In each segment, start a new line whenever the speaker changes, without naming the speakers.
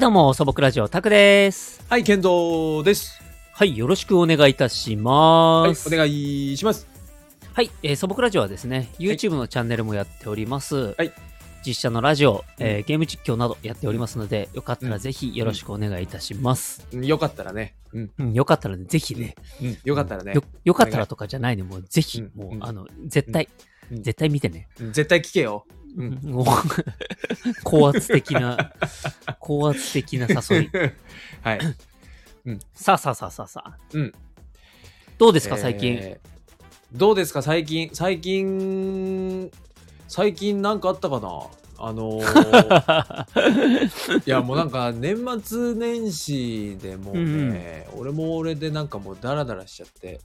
どうも、素朴ラジオ、タクです。
はい、健三です。
はい、よろしくお願いいたしま
はい、
す。
お願いします。
はい、えー素朴ラジオはですね、YouTube のチャンネルもやっております。
はい
実写のラジオ、えーゲーム実況などやっておりますので、よかった
う
ら
ん
ぜひよろしくお願いいたします。
よかったらね。うん、
うん、よかったらね、ぜひね。
うん、よかったらね
よ。よかったらとかじゃないね、もうぜひ、
うん
もう、
うん
あの、絶対、
うん
絶対見てね。
うん絶対聞けよ。う
もう 高圧的な、高圧的な誘い。
はい。
さあさあさあさあさあ。
うん。
どうで
です
か、最近。
どうですか、最近。最近、最近なんかあったかなあの ーいや、もうなんか年末年始でもうね、俺も俺でなんかもうダラダラしちゃって。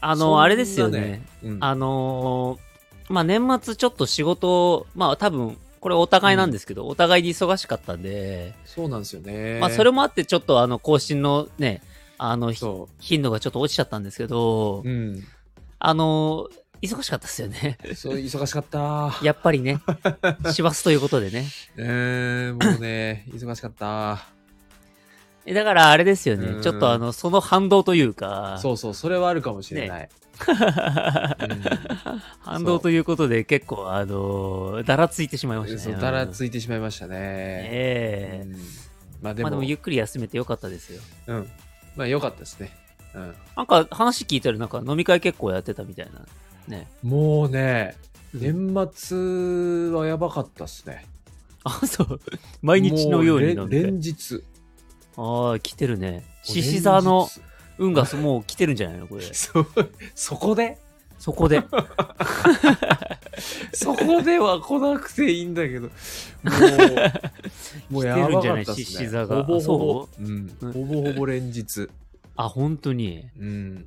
あ
そん
の、
な
あれですよね。。
うん、
あのーまあ、年末ちょっと仕事、まあ、多分、これお互いなんですけど、お互いに忙しかったんで、
そうなんですよね。
まあ、それ
も、
もあって、ちょっと、あの、更新のね、あの、ひ
そ
頻度がちょっと落ちちゃったんですけど
う。、うん。
あのー忙しかったですよ ね。
そう忙しかった。
やっぱりね、師走ということ でね。
えー、もうね、忙しかった。
えだからあれですよね、
うん
ちょっとあのその反動というか、
そうそう、それはあるかもしれない。
反動ということで、結構、あのーだらついてしまいま
うん
した
そう
ね。
だらつ
い
いてしまいましたね。
ええ
うんまあで
まあ、で
も、ま
もゆっくり休めてよかったですよ。
うん。まあよかったですね。うん、
なんか話聞いたら、なんか飲み会結構やってたみたいな。ね。
もうね、
うん
年末はやばかったですね。
あ、そう。毎日のように飲
も
ん
れ
で
連。日。
ああ、来てるね。獅子座の運がもう来てるんじゃないのこれ
連。日。そそこで
そこで。
そこでは来なくていいんだけど。 もう、もうやばかったっ
来てるんじゃない獅
す
子
ね。
座が
ほぼほぼ
あそ、
うん、
うん
ほぼほぼ連日。
あ、本当に。
うん。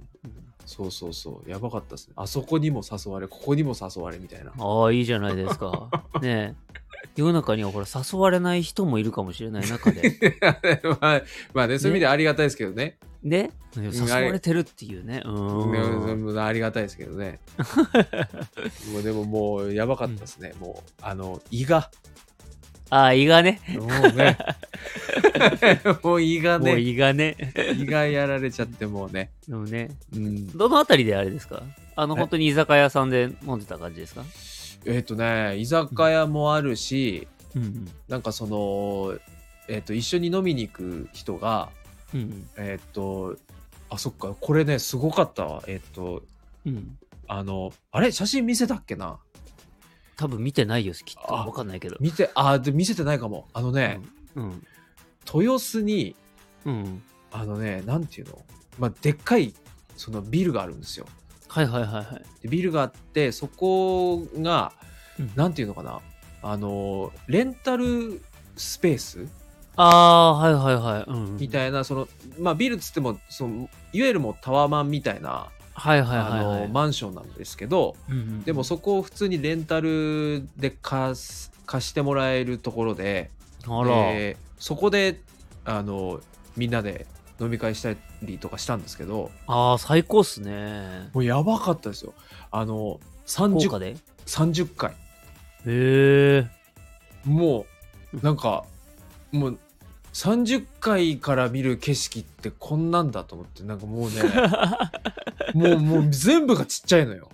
そうそうそう。やばかったですね。あそこにも誘われ、ここにも誘われみたいな。
ああ、いいじゃないです か。ねえ。世の中にはほら、誘われない人もいるかもしれない中 で。
まあ、まあね、そういう意味ではありがたいですけどね。
ね誘われてるっていうね。う
ね
ーん。
うんありがたいですけど ね。もうでももう、やばかったですね。もう、あの、胃が。
ああ、胃がね。
もうね。 もう胃が
もう
ね、
胃がね。
胃がやられちゃって、もうね。
でもね。
うん、
どのあたりであれですかあの、
え
本当に居酒屋さんで飲んでた感じですか
えっ、とね、居酒屋もあるし、
うんうん。
なんかその、えっ、と、一緒に飲みに行く人が、
うん
えっ、と、あ、そっか、これね、すごかったわ。えっ、と、
うん。うん。
あの、あれ写真見せたっけな
多分見てないよ、きっと。
あ
わかんないけど。
見て、あ、で見せてないかも。あのね、
うん。
豊洲に、
うん。うん。
あのね、なんていうのまあ、でっかい、そのビルがあるんですよ。
はいはいはいはい。
でビルがあって、そこが
うん、
なんていうのかなあの、レンタルスペース
ああ、はいはいはい。うん。
み
い。
たいな、その、まあ、ビルっつっても、その、いわゆるもうタワーマンみたいな、
はいはい
あ
はいはい
の、。マンションなんですけど、
うんうん
でもそこを普通にレンタルで貸す貸してもらえるところで
あら。
でそこであのみんなで飲み会したりとかしたんですけど
ああ、最高っすね。
もうやばかったですよあの
豪華
30,
で
30回
へえ。
もうなんかもう30回から見る景色ってこんなんだと思ってなん かもうねもうもう全部がちっちゃいのよ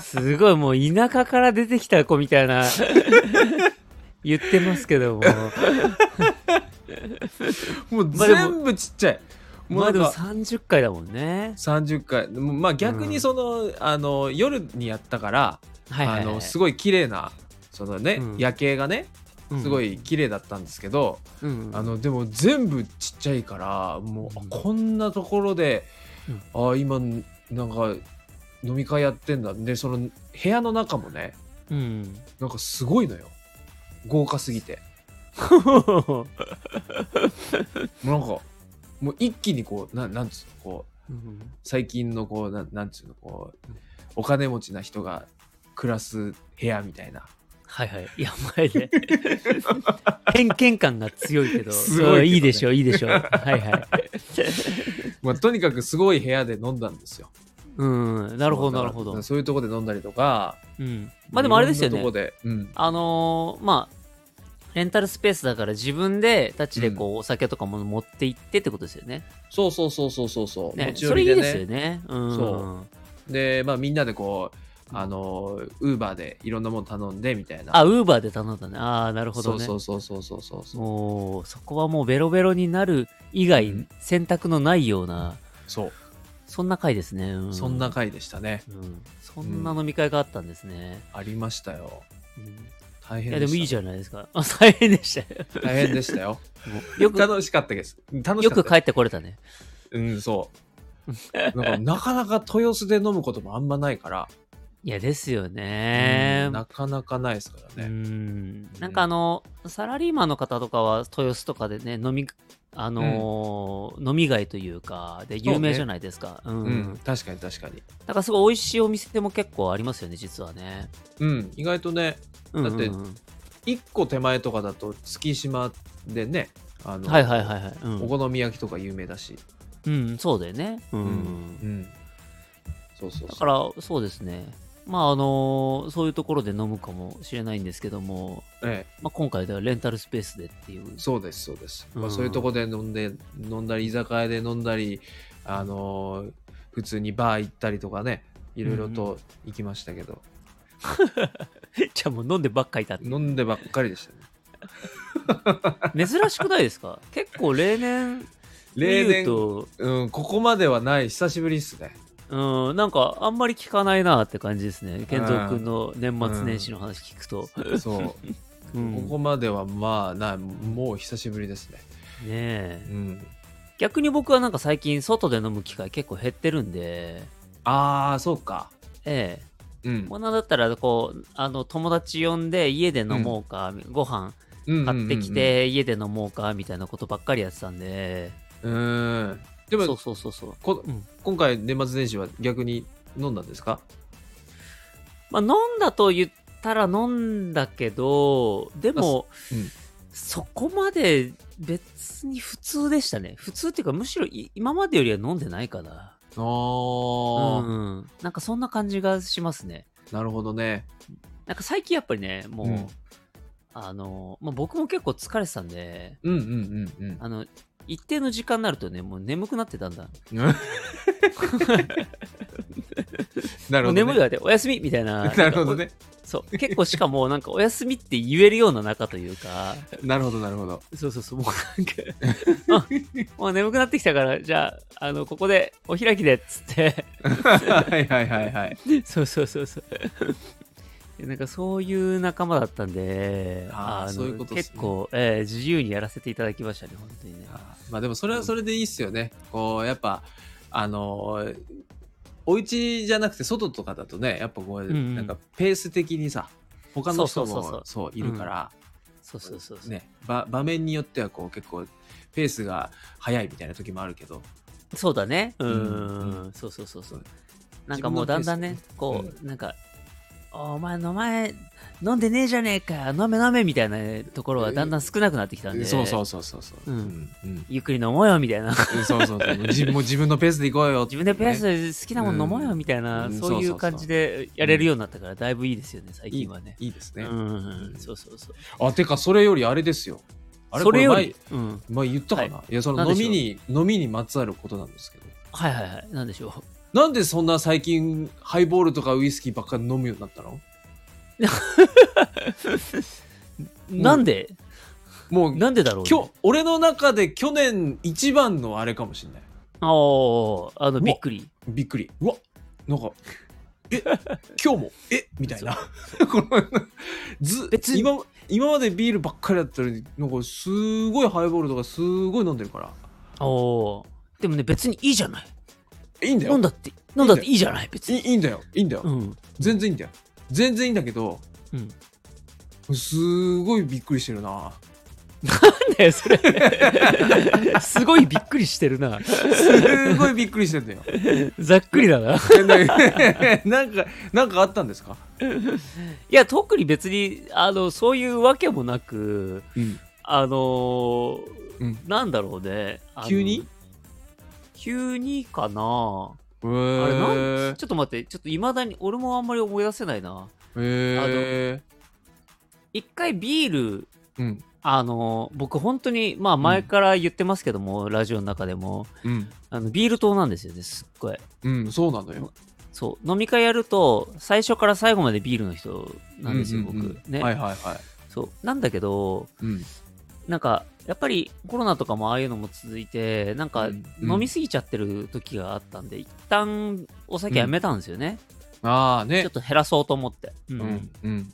すごい、もう田舎から出てきた子みたい な言ってますけども。
もう
まあでも
全部ちっちゃい、
まあ
なん
で
か
も30回だもんね。
30回もうまあ逆
うん
にその,、あの夜にやったから、
はいはい、はい。
あのすごい綺麗なそのね、
うん
夜景がね
うん
すご、い綺麗だったんですけど、
うんうん
あのでも全部ちっちゃいからもう、
うん
あこんなところで、あ今なんか飲み会やってんだでその部屋の中もね
うん。
なんかすごいのよ豪華すぎてもうなんかもう一気にこうなんなんつうのこう
うん
最近のこうなんなんつうのこうお金持ちな人が暮らす部屋みたいな
はいはい。いや、前で。偏見感が強いけど、
すごいけどね
うんいいでしょう、いいでしょう。はいはい。
まあとにかくすごい部屋で飲んだんですよ
うん、なるほど、なるほ
だか
ど
ら。そういうとこで飲んだりとか
うん。まあでもあれですよ
いろ
ね
んなとこ。で、うん、
あのーまあ、レンタルスペースだから自分でたちでこう、お酒とかも持って行ってってことですよね。
そうそうそうそうそうそう、
ね
持ち
そ
寄
れ
り
いいで
でね
すよね。うん。
そでまあみんなでこうあのウーバーでいろんなもの頼んでみたいな
あ、ウーバーで頼んだね。ああ、なるほど
そう
ね。
そうそうそうそうそうそう
もう、そこはもうベロベロになる以
う
外
ん、
選択のないような、
そう
そんな回ですね。う
そんな、回でしたね
うん。そんな飲み会があったんですね。
ありましたよ
うん
大
い
変
や、
で
で
し
も
た
いいじゃないですか。 あ、大変でしたよ。
大変でしたよ
もう よく、
楽しかったです楽し
よ
か
く
ったです
帰ってこれたね。
うんそうなんかなかなか豊洲で飲むこともあんまないから、
いや、ですよね
うん。なかなかないですから
う
ね、
んなんかあの、サラリーマンの方とかは豊洲とかでね、飲み、あのー飲み街というか、で、有名じゃないですか。う。
うんん確かに確かに
だからすごい美味しいお店も結構ありますよね、実はね。
うん意外とね
うんうんうん
だって一個手前とかだと月島でねあの、
はいはいはいはい。うん
お好み焼きとか有名だし
うん、そうだよね。うん。
うんそうそうそう
だから、そうですね。まあ、あのーそういうところで飲むかもしれないんですけども、
え
まあ、今回ではレンタルスペースでって いう
え、。そうですそうです、ま
う
あ、
ん
そういうとこで飲んで飲んだり居酒屋で飲んだりあのー普通にバー行ったりとかねいろいろと行きましたけど、
じゃあもう飲んでばっかいたって
飲んでばっかり でしたね
珍しくないです か結構例年、
例
言う
年
と、
うん、ここまではない久しぶりっすね
うん、なんかあんまり聞かないなって感じですね。健三君の年末年始の話聞くと。
そう う、こ
ん、
こまではまあないもう久しぶりですね
ねえ
うん
逆に僕はなんか最近外で飲む機会結構減ってるんで、
ああそうか
ええ。
うん
もうなんだったらこう、あの友達呼んで家で飲もうか、ご飯買ってき、て家で飲もうかみたいなことばっかりやってたんで、
うんうんうんうんで
そ
も
うそうそうそう。
こ
うん
今回年末年始は逆に飲んだんですか
まあ、飲んだと言ったら飲んだけど、でも、
うん
そこまで別に普通でしたね。普通っていうか、むしろい今までよりは飲んでないかな。う
ああ、
ん。なんかそんな感じがしますね。
なるほどね
なんか最近やっぱりね、もう、
うん
あの、まあ、僕も結構疲れてたんで、
うんうんうん
あの、一定の時間になるとね、もう眠くなってたんだ。
うんなる
もう
ほど、ね、
眠いわって、おやすみみたいな。
なるほどね
そう。結構しかも、なんかおやすみって言えるような中というか。
なるほどなるほど
そうそうそう、もうなんかあ、もう眠くなってきたから、じゃあ、あの、ここでお開きでっつって、
はいはいはいはい
そうそうそうそう。いやなんかそういう仲間だったんで、
あー
の
そういうことっすね
結構、えー自由にやらせていただきましたね、本当にね。
あーまあでもそれはそれでいいっすよねこうやっぱあのーお家じゃなくて外とかだとねやっぱこう、
んうん
なんかペース的にさ他の人
そ
もそうう
そうそう
いるから、
そうそうそうそう、
ね、ば場面によってはこう結構ペースが早いみたいな時もあるけど
そうだね。うーん、、
うん
そうそうそうそう
うん。
なんかもうだんだんね、こう、
う
なんか、お前、名前、飲んでねえじゃねえか、飲め飲めみたいなところはだんだん少なくなってきたんで、
そうそうそうそうそう
う
うんんうん
ゆっくり飲もうよみたい な。
うんそうそうそう自分もう自分のペースで行こうよ
自分でペース
ね
で好きなもの飲もうよみたいな、
うん
そうい
そうそうそうう
感じでやれるようになったからだいぶいいですよね最近はね。
いいです
う
ね、
ん
う、ん
そうそうそう。
あてかそれよりあれですよあれ
それより
こ、
うん、
前前言ったかな、、
はい
やそ
なん
の
でし
飲
ょう
みに飲みにまつわることなんですけど
はいはいはい、なんでしょ
なんでそんな最近ハイボールとかウイスキーばっかり飲むようになったの
う。
ん
なんで、
もう
なんでだろう、ね、
今日俺の中で去年一番のあれかもしれない
あーあの、
うわ
びっくり。
びっくりうわなんか え今日もえみたいな このず
別に
今今までビールばっかりだったのになんかすごいハイボールとかすごい飲んでるから
おーでもね、別にいいじゃない。
いいんだよ
飲んだって、飲んだっていいじゃない、別
い
に。
いいんだよいいんだよ、
うん。
全然いいんだよ全然いいんだけど
うん。
すごいびっくりしてるな
なんだよ、それ。 すごいびっくりしてるな。
すごいびっくりしてんだよ
ざっくりだな。
なんかなんかあったんですか、
いや、特に別に、あの、そういうわけもなく、あのー
うん
なんだろうね。あの
急に
急にかな
え
あれなん
ー、
ちょっと待って、ちょっと未だに、俺もあんまり思い出せないな。
えー、
一回ビール
うん
あの僕本当にまあ前から言ってますけども、ラジオの中でも
うん
あのビール糖なんですよねすっごい
うんそうなのよ
そう飲み会やると最初から最後までビールの人なんですよ、
ううう
僕ね、
はいはいは
そうなんだけど
いうん
なんかやっぱりコロナとかもああいうのも続いてなんか
うんうん
飲みすぎちゃってる時があったんで、一旦お酒やめたんですよね、
ああ
ちょ
ね
っと減らそうと思って、う
うんんうん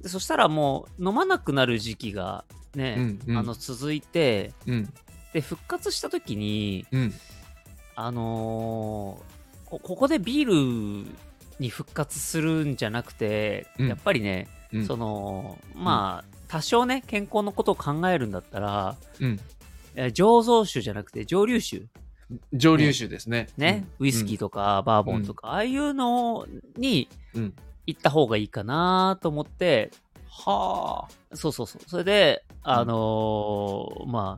でそしたらもう飲まなくなる時期がね、
うんうん
あの続いて
うん
で復活した時に
うん
あのーこここでビールに復活するんじゃなくて、
うん
やっぱりね、
うん
そのまあ、多少ね健康のことを考えるんだったら
うん
え醸造酒じゃなくて蒸留酒
蒸留酒ですね
ね、ウイスキーとかバーボンとか、ああいうのに
うん
行った方がいいかなと思って
はあ
そうそうそう。それで、あのーま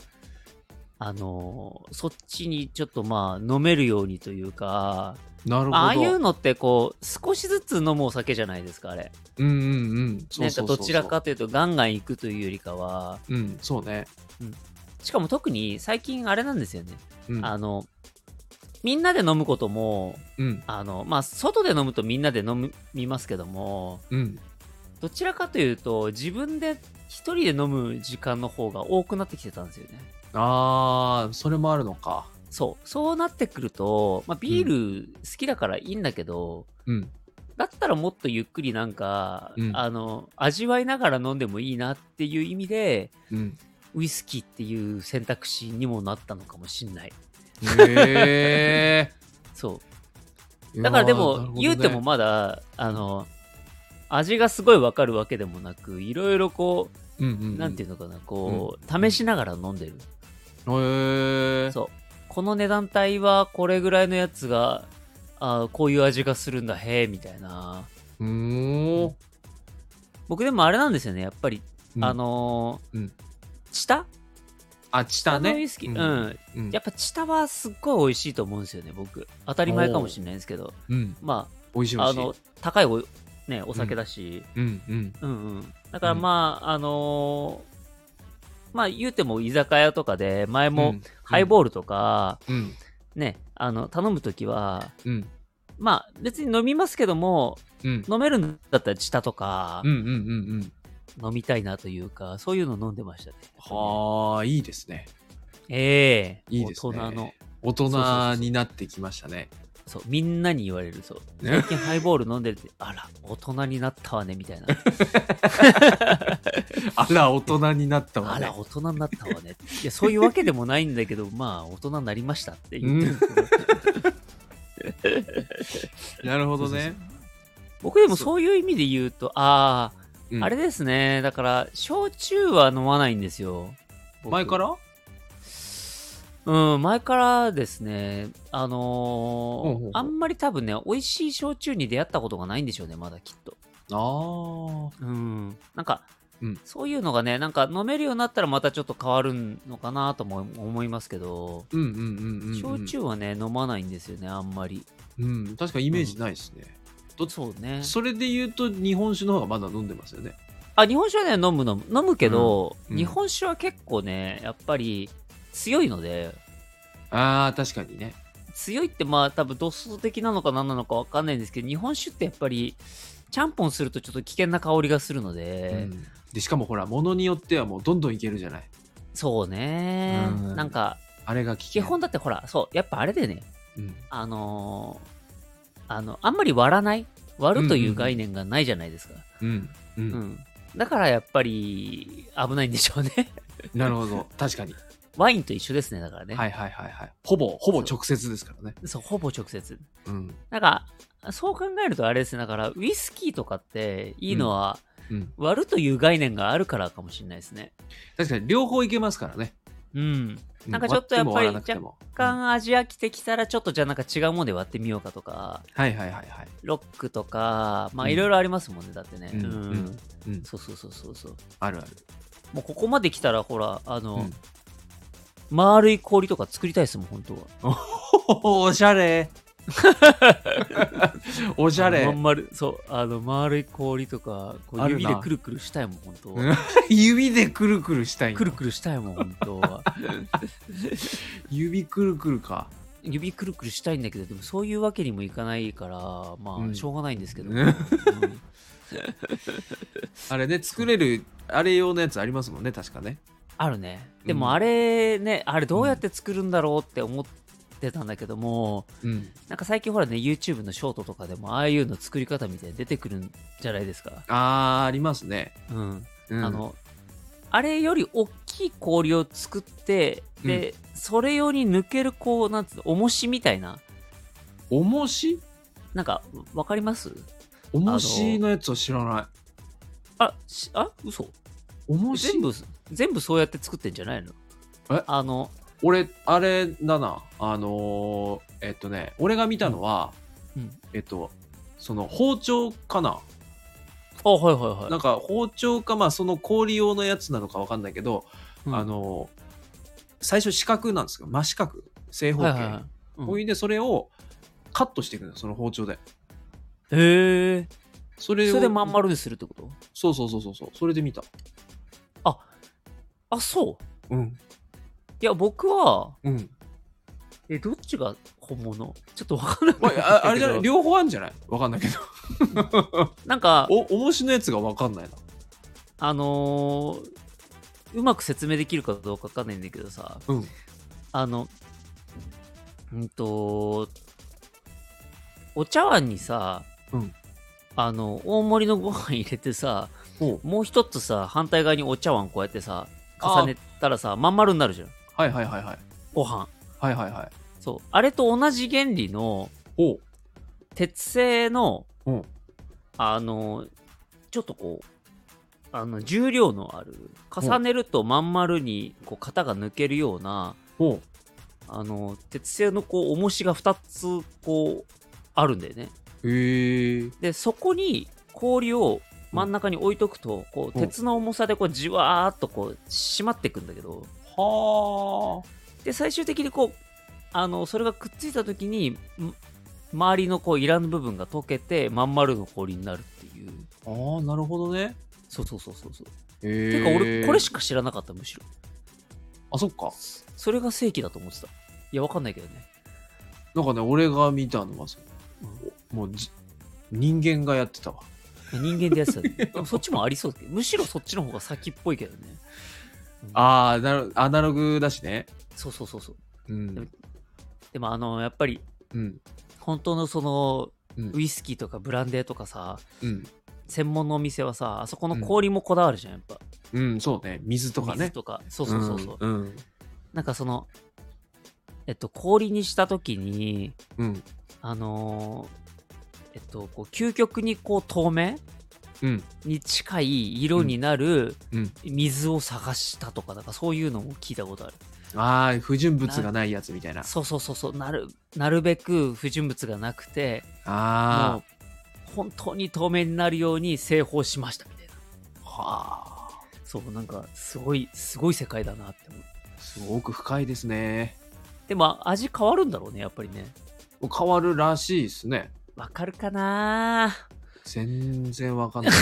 あ、あのーそっちにちょっとまあ、飲めるようにというか、
なるほど
ああいうのってこう、少しずつ飲むお酒じゃないですか、あれ。
うんうんうんそう
なんか
そうそうそう
どちらかというと、ガンガン行くというよりかは、
うんそうね
しかも特に最近あれなんですよね。
うん
あの、みんなで飲むことも、
うん
あの、まあ、外で飲むとみんなで飲みますけども、
うん
どちらかというと、自分で一人で飲む時間の方が多くなってきてたんですよね。
ああそれもあるのか
そう。そうなってくると、まあ、ビール好きだからいいんだけど、
うん
だったらもっとゆっくりなんか、
うん
あの、味わいながら飲んでもいいなっていう意味で、
うん
ウイスキーっていう選択肢にもなったのかもしんない。
へ
そ
え
う。だからでも、言うてもまだ、あの、味がすごいわかるわけでもなく、いろいろこう、
な
なんていうのかな、こう、試しながら飲んでる。
へえ
そう。この値段帯はこれぐらいのやつが、あーこういう味がするんだ、へえ、みたいな。
うーん
僕でもあれなんですよね、やっぱり、
うん
あのー
うん
チタ
あチタ
あのウ
ね
イスキー、うん、
うん
やっぱチタはすっごい美味しいと思うんですよね、僕。当たり前かもしれないですけど、
うん
ま
美味しい美
あ、あ
味しい
の、高いお,、ね、お酒だし、
うんうん
うん、うんだからまあ、あのーまあ言うても居酒屋とかで前もハイボールとか、
ールうん
ねあの頼む時は
うん
まあ別に飲みますけども
うん
飲めるんだったらチタとか
うんうんうんうん
飲みたいなというかそういうの飲んでましたね。
はあいいですね
ええ
いいですね
大人の
大
そうそう
人
そう
になってきましたね
そうみんなに言われるそう
ね
最近ハイボール飲んでるってあら大人になったわねみたいな
あら大人になった わ
あ
ね
ら大人になったわねいやそういうわけでもないんだけどまあ大人になりましたって言ってる
なるほどね
僕でもそういう意味で言うとああ、
うん
あれですねだから焼酎は飲まないんですよ僕
前から
うん、前からですね、あのー
ほうほうほう
あんまり多分ね、美味しい焼酎に出会ったことがないんでしょうね、まだきっと。
ああ
うん、なんか、
うん
そういうのがね、なんか飲めるようになったらまたちょっと変わるのかなとも思いますけど、
うんうんうんうんうん
焼酎はね、飲まないんですよね、あんまり。
うん確かにイメージないですね
そうね。
それで言うと日本酒の方がまだ飲んでますよね
あ、日本酒はね、飲む飲む。飲むけど、
うんうん
日本酒は結構ね、やっぱり強いので、
ああ確かにね
強いってまあ多分ドスト的なのか何なのか分かんないんですけど日本酒ってやっぱりちゃんぽんするとちょっと危険な香りがするので、
うんでしかもほら物によってはもうどんどんいけるじゃない
そうね、
うん
なんか
あれが危
基
険
本だってほらそうやっぱあれでね
うん
あのーあのあんまり割らない割るという概念がないじゃないですか、
うんう
うん
ん
だからやっぱり危ないんでしょうね
なるほど確かに
ワインと一緒ですねだからね、
はいはいはいはいほぼほぼ直接ですからね
そうほぼ直接
うん
なんかそう考えるとあれですねだからウイスキーとかっていいのは、
うん
割るという概念があるからかもしれないですね。
確かに両方いけますからね
うん。
う
なんかちょっとやっぱり
割ても割らなくても
間アジア来てきたらちょっとじゃあなんか違うもんで割ってみようかとか、
うんはいはいはいはい
ロックとか、まあ
うん
いろいろありますもんね、だってね。
う
うんん。
うん
そうそうそうそうそう。
あるある
もうここまで来たらほら、あの、
うん
丸い氷とか作りたいですもん、本当は。
おしゃれおしゃ
あの
れ
まん丸そうあの丸い氷とかこ
あ
う
るな
指でくるくるしたいもん本当
うん指でくるくるしたいんだ
くるくるしたいもん本当は
指くるくるか
指くるくるしたいんだけどでもそういうわけにもいかないからまあ、
うん
しょうがないんですけど、
ね
うん
あれね作れるあれ用のやつありますもんね確かね
あるね
うん
でもあれね、あれどうやって作るんだろうって思ってたんだけども、
うん
なんか最近ほらね YouTube のショートとかでもああいうの作り方みたいに出てくるんじゃないですか
あーありますね、
うん
うん
あのあれより大きい氷を作ってで、それ用に抜けるこうなんつうの重しみたいな
重し
なんかわかります
重しのやつを知らない
あしあ嘘
重し
全部全部そうやって作ってんじゃないの
え
あの
俺あれだなあのーえっとね俺が見たのは、
うん
えっとその包丁かな
あはいはい
な
はい
んか包丁かまあその氷用のやつなのかわかんないけど、
うん
あのー最初四角なんですよ真四角正方形、
はいはいはいうん
ほいでそれをカットしていくのよその包丁で
へえ
それ
そ
を
れでまん丸にするってこと
そうそうそうそうそうそれで見た
あそう
うん
いや僕は
うん、
えどっちが本物ちょっとわかんない
まあ、ああれじゃない い両方あるんじゃないわかんないけど
なんか
お重しのやつがわかんないな
あのーうまく説明できるかどうかわかんないんだけどさ、
うん
あの、うんと、お茶碗にさ、
うん
あの、大盛りのご飯入れてさ、
おう
もう一つさ、反対側にお茶碗こうやってさ、重ねたらさ、まん丸になるじゃん、
はいはいはいはい
ご飯。
はいはいはい
そう。あれと同じ原理の、
おう
鉄製の、
うん
あの、ちょっとこう、あの重量のある重ねるとまん丸にこう型が抜けるような、
おう
あの鉄製のこう重しが2つこうあるんだよね
へえ
でそこに氷を真ん中に置いとくと、こう
うん
鉄の重さでこうじわーっとこう締まっていくんだけど
は
で最終的にこうあのそれがくっついた時にん周りのこういらぬ部分が溶けてまん丸の氷になるっていう
ああーなるほどね
そうそうそうそうそう
へ
て
え
いうか俺これしか知らなかったむしろ
あそっか
それが正規だと思ってたいやわかんないけどね
なんかね俺が見たのはそのもうじ人間がやってたわ
人間でやってた ねでもそっちもありそうだけどむしろそっちの方が先っぽいけどね
ああなるアナログだしね
そうそうそうそう
うん
でもあのやっぱり
うん
本当のその
うん
ウイスキーとかブランデーとかさ
うん
専門のお店はさあそこの氷もこだわるじゃんやっぱ、
うんそうね水とか
水
ね
とかそうそうそうそう、
うんうん
なんかそのえっと氷にした時に
うん
あのーえっとこう究極にこう透明
うん
に近い色になる
うん
水を探したとかなんかそういうのも聞いたことある
ああ不純物がないやつみたいな
そうそうそうそうなるなるべく不純物がなくても
あ
う本当に透明になるように製法しましたみたいな
あはあ
そうなんかすごいすごい世界だなって思う
すごく深いですね
でも味変わるんだろうねやっぱりね
変わるらしいですね
わかるかな
全然わかんない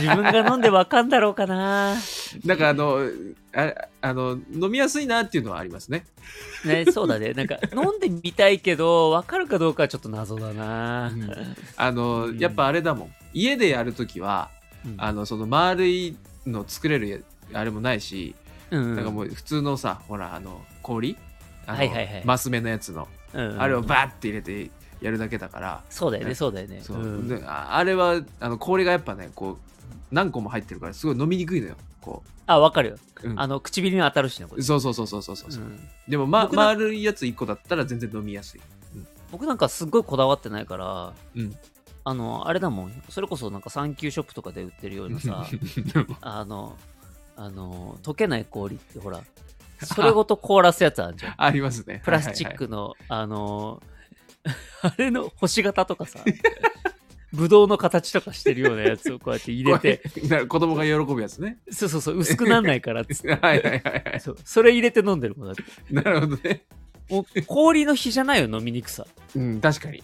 自分が飲んでわかんだろうかな
なんかあのああの飲みやすいなっていうのはありますね
ねそうだねなんか飲んでみたいけどわかるかどうかはちょっと謎だな、
うんあの、
うん
やっぱあれだもん家でやるときは
うん
あのその丸いの作れるあれもないし、
うん
なんかもう普通のさほらあの氷あの、
はいはいはい
マス目のやつの、
うん
あれをバーって入れてやるだけだから、
そうだよね
ね
そうだよね
そう
うん
でああれはあの氷がやっぱねこう何個も入ってるからすごい飲みにくいのよこ
あわかるよ
う、うん
あの唇に当たるしねこれ
そうそうそうそうそうそう、
うん
でも、ま、
僕だ
丸いやつ1個だったら全然飲みやすい
僕なんかすっごいこだわってないから、
うん
あのあれだもんそれこそなんかサンキューショップとかで売ってるような さあのあの溶けない氷ってほらそれごと凍らすやつあるじゃん
ありますね
プラスチッ
はいはいはい
クの、あの あれの星型とかさぶどうの形とかしてるようなやつをこうやって入れて
な子供が喜ぶやつね
そうそうそう薄くなんないからっつっ
はいはいはいはい
てそうそれ入れて飲んでるもんだって
なるほどね
もう氷の比じゃないよ飲みにくさ
うん、確かに。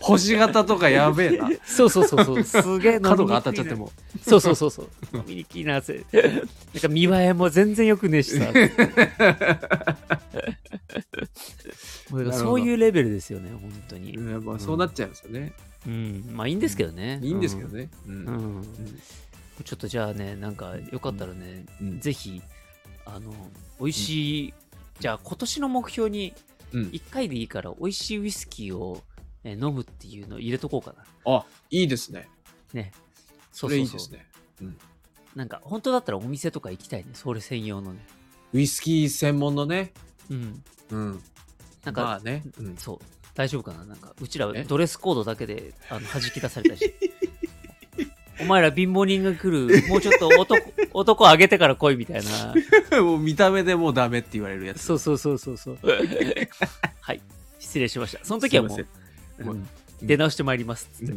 星型とかやべえな。
そうそうそう そうすげえ飲みにくいな
角が当たっちゃっても。
そうそうそうそう飲みにくいなせなんか見栄えも全然よくねえ しさ もうだからそういうレベルですよね本当に
うんやっぱそうなっちゃいますよね。
うんまあいいんですけどね、
いいんですけどね。う。
うんん、ちょっとじゃあねなんかよかったらね、
うん
ぜひあの美味しい、じゃあ今年の目標に
うん
1回でいいから美味しいウイスキーを、えー飲むっていうのを入れとこうかな
あ、いいですね。
ねそ
そう
そ
れいうい
そう
ですね。
なんか本当だったらお店とか行きたいねそれ専用のね
ウイスキー専門のね。
うん
うん。
なんか、
まあね。うん
そう大丈夫かななんかうちら
え
ドレスコードだけであの弾き出されたりして お前ら貧乏人が来るもうちょっと男男あげてから来いみたいな
もう見た目でもうダメって言われるやつ。
そうそうそうそうそう はい失礼しましたその時はも
すいう
う
ませんもうん
出直してまいりますっつって、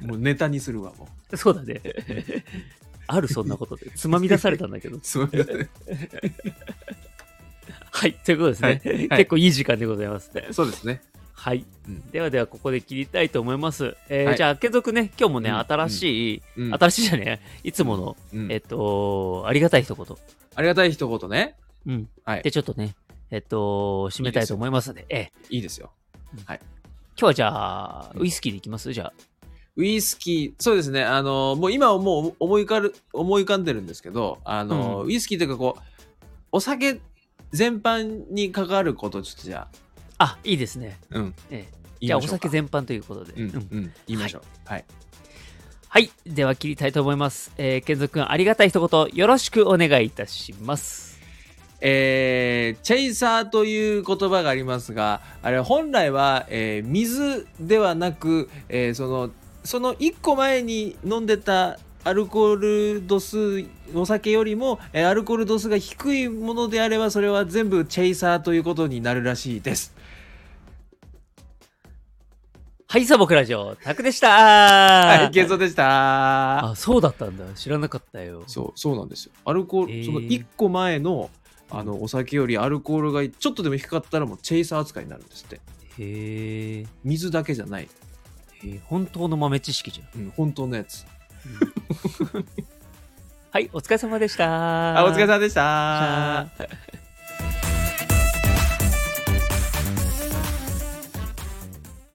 うんもうネタにするわ、もう。
そうだねあるそんなことでつまみ出されたんだ けど
そうですね
はいということですね、
はいはい
結構いい時間でございますね
そうですね。
はい、
うん
ではではここで切りたいと思います、えー
はい
じゃあ継続ね今日もね、
うん
新しい、
うん
新しいじゃねえいつもの、
うん
えっとありがたい一言
ありがたい一言ね。
うん
はい
で。ちょっとねえっと締めたいと思いますのでええ
いいですよ。
今日はじゃあ
うん
ウイスキーでいきますじゃあ
ウイスキー、そうですね。あの、もう今はもう思い浮かる思い浮かんでるんですけど、あの、
う
ウイスキーというかこう、お酒全般に関わること、ちょっとじゃ
あいいですね、
あ、うん。
ええ
言い
じゃあ
ま
お
しょう
酒
か
全般ということで、う
うんん、うん、言いましょう。はい。
はい。では切りたいと思います。えー、ケンゾくん、ありがたい一言、よろしくお願いいたします。
えーチェイサーという言葉がありますがあれは本来は、えー水ではなく、えーそのその1個前に飲んでたアルコール度数お酒よりも、えーアルコール度数が低いものであればそれは全部チェイサーということになるらしいです。
はい、サボクラジオ、タクでしたは
はい、ゲンゾーでした。
あ、そうだったんだ。知らなかったよ。
そうそうなんですよ。アルコール、
えー
その1個前のあのお酒よりアルコールがちょっとでも低かったらもうチェイサー扱いになるんですって。
へえ。へ
水だけじゃない、
ー本当の豆知識じゃん。
うん、本当のやつ。
はい、お疲れ様でした。
あお疲
で
れ
し
様でしたた。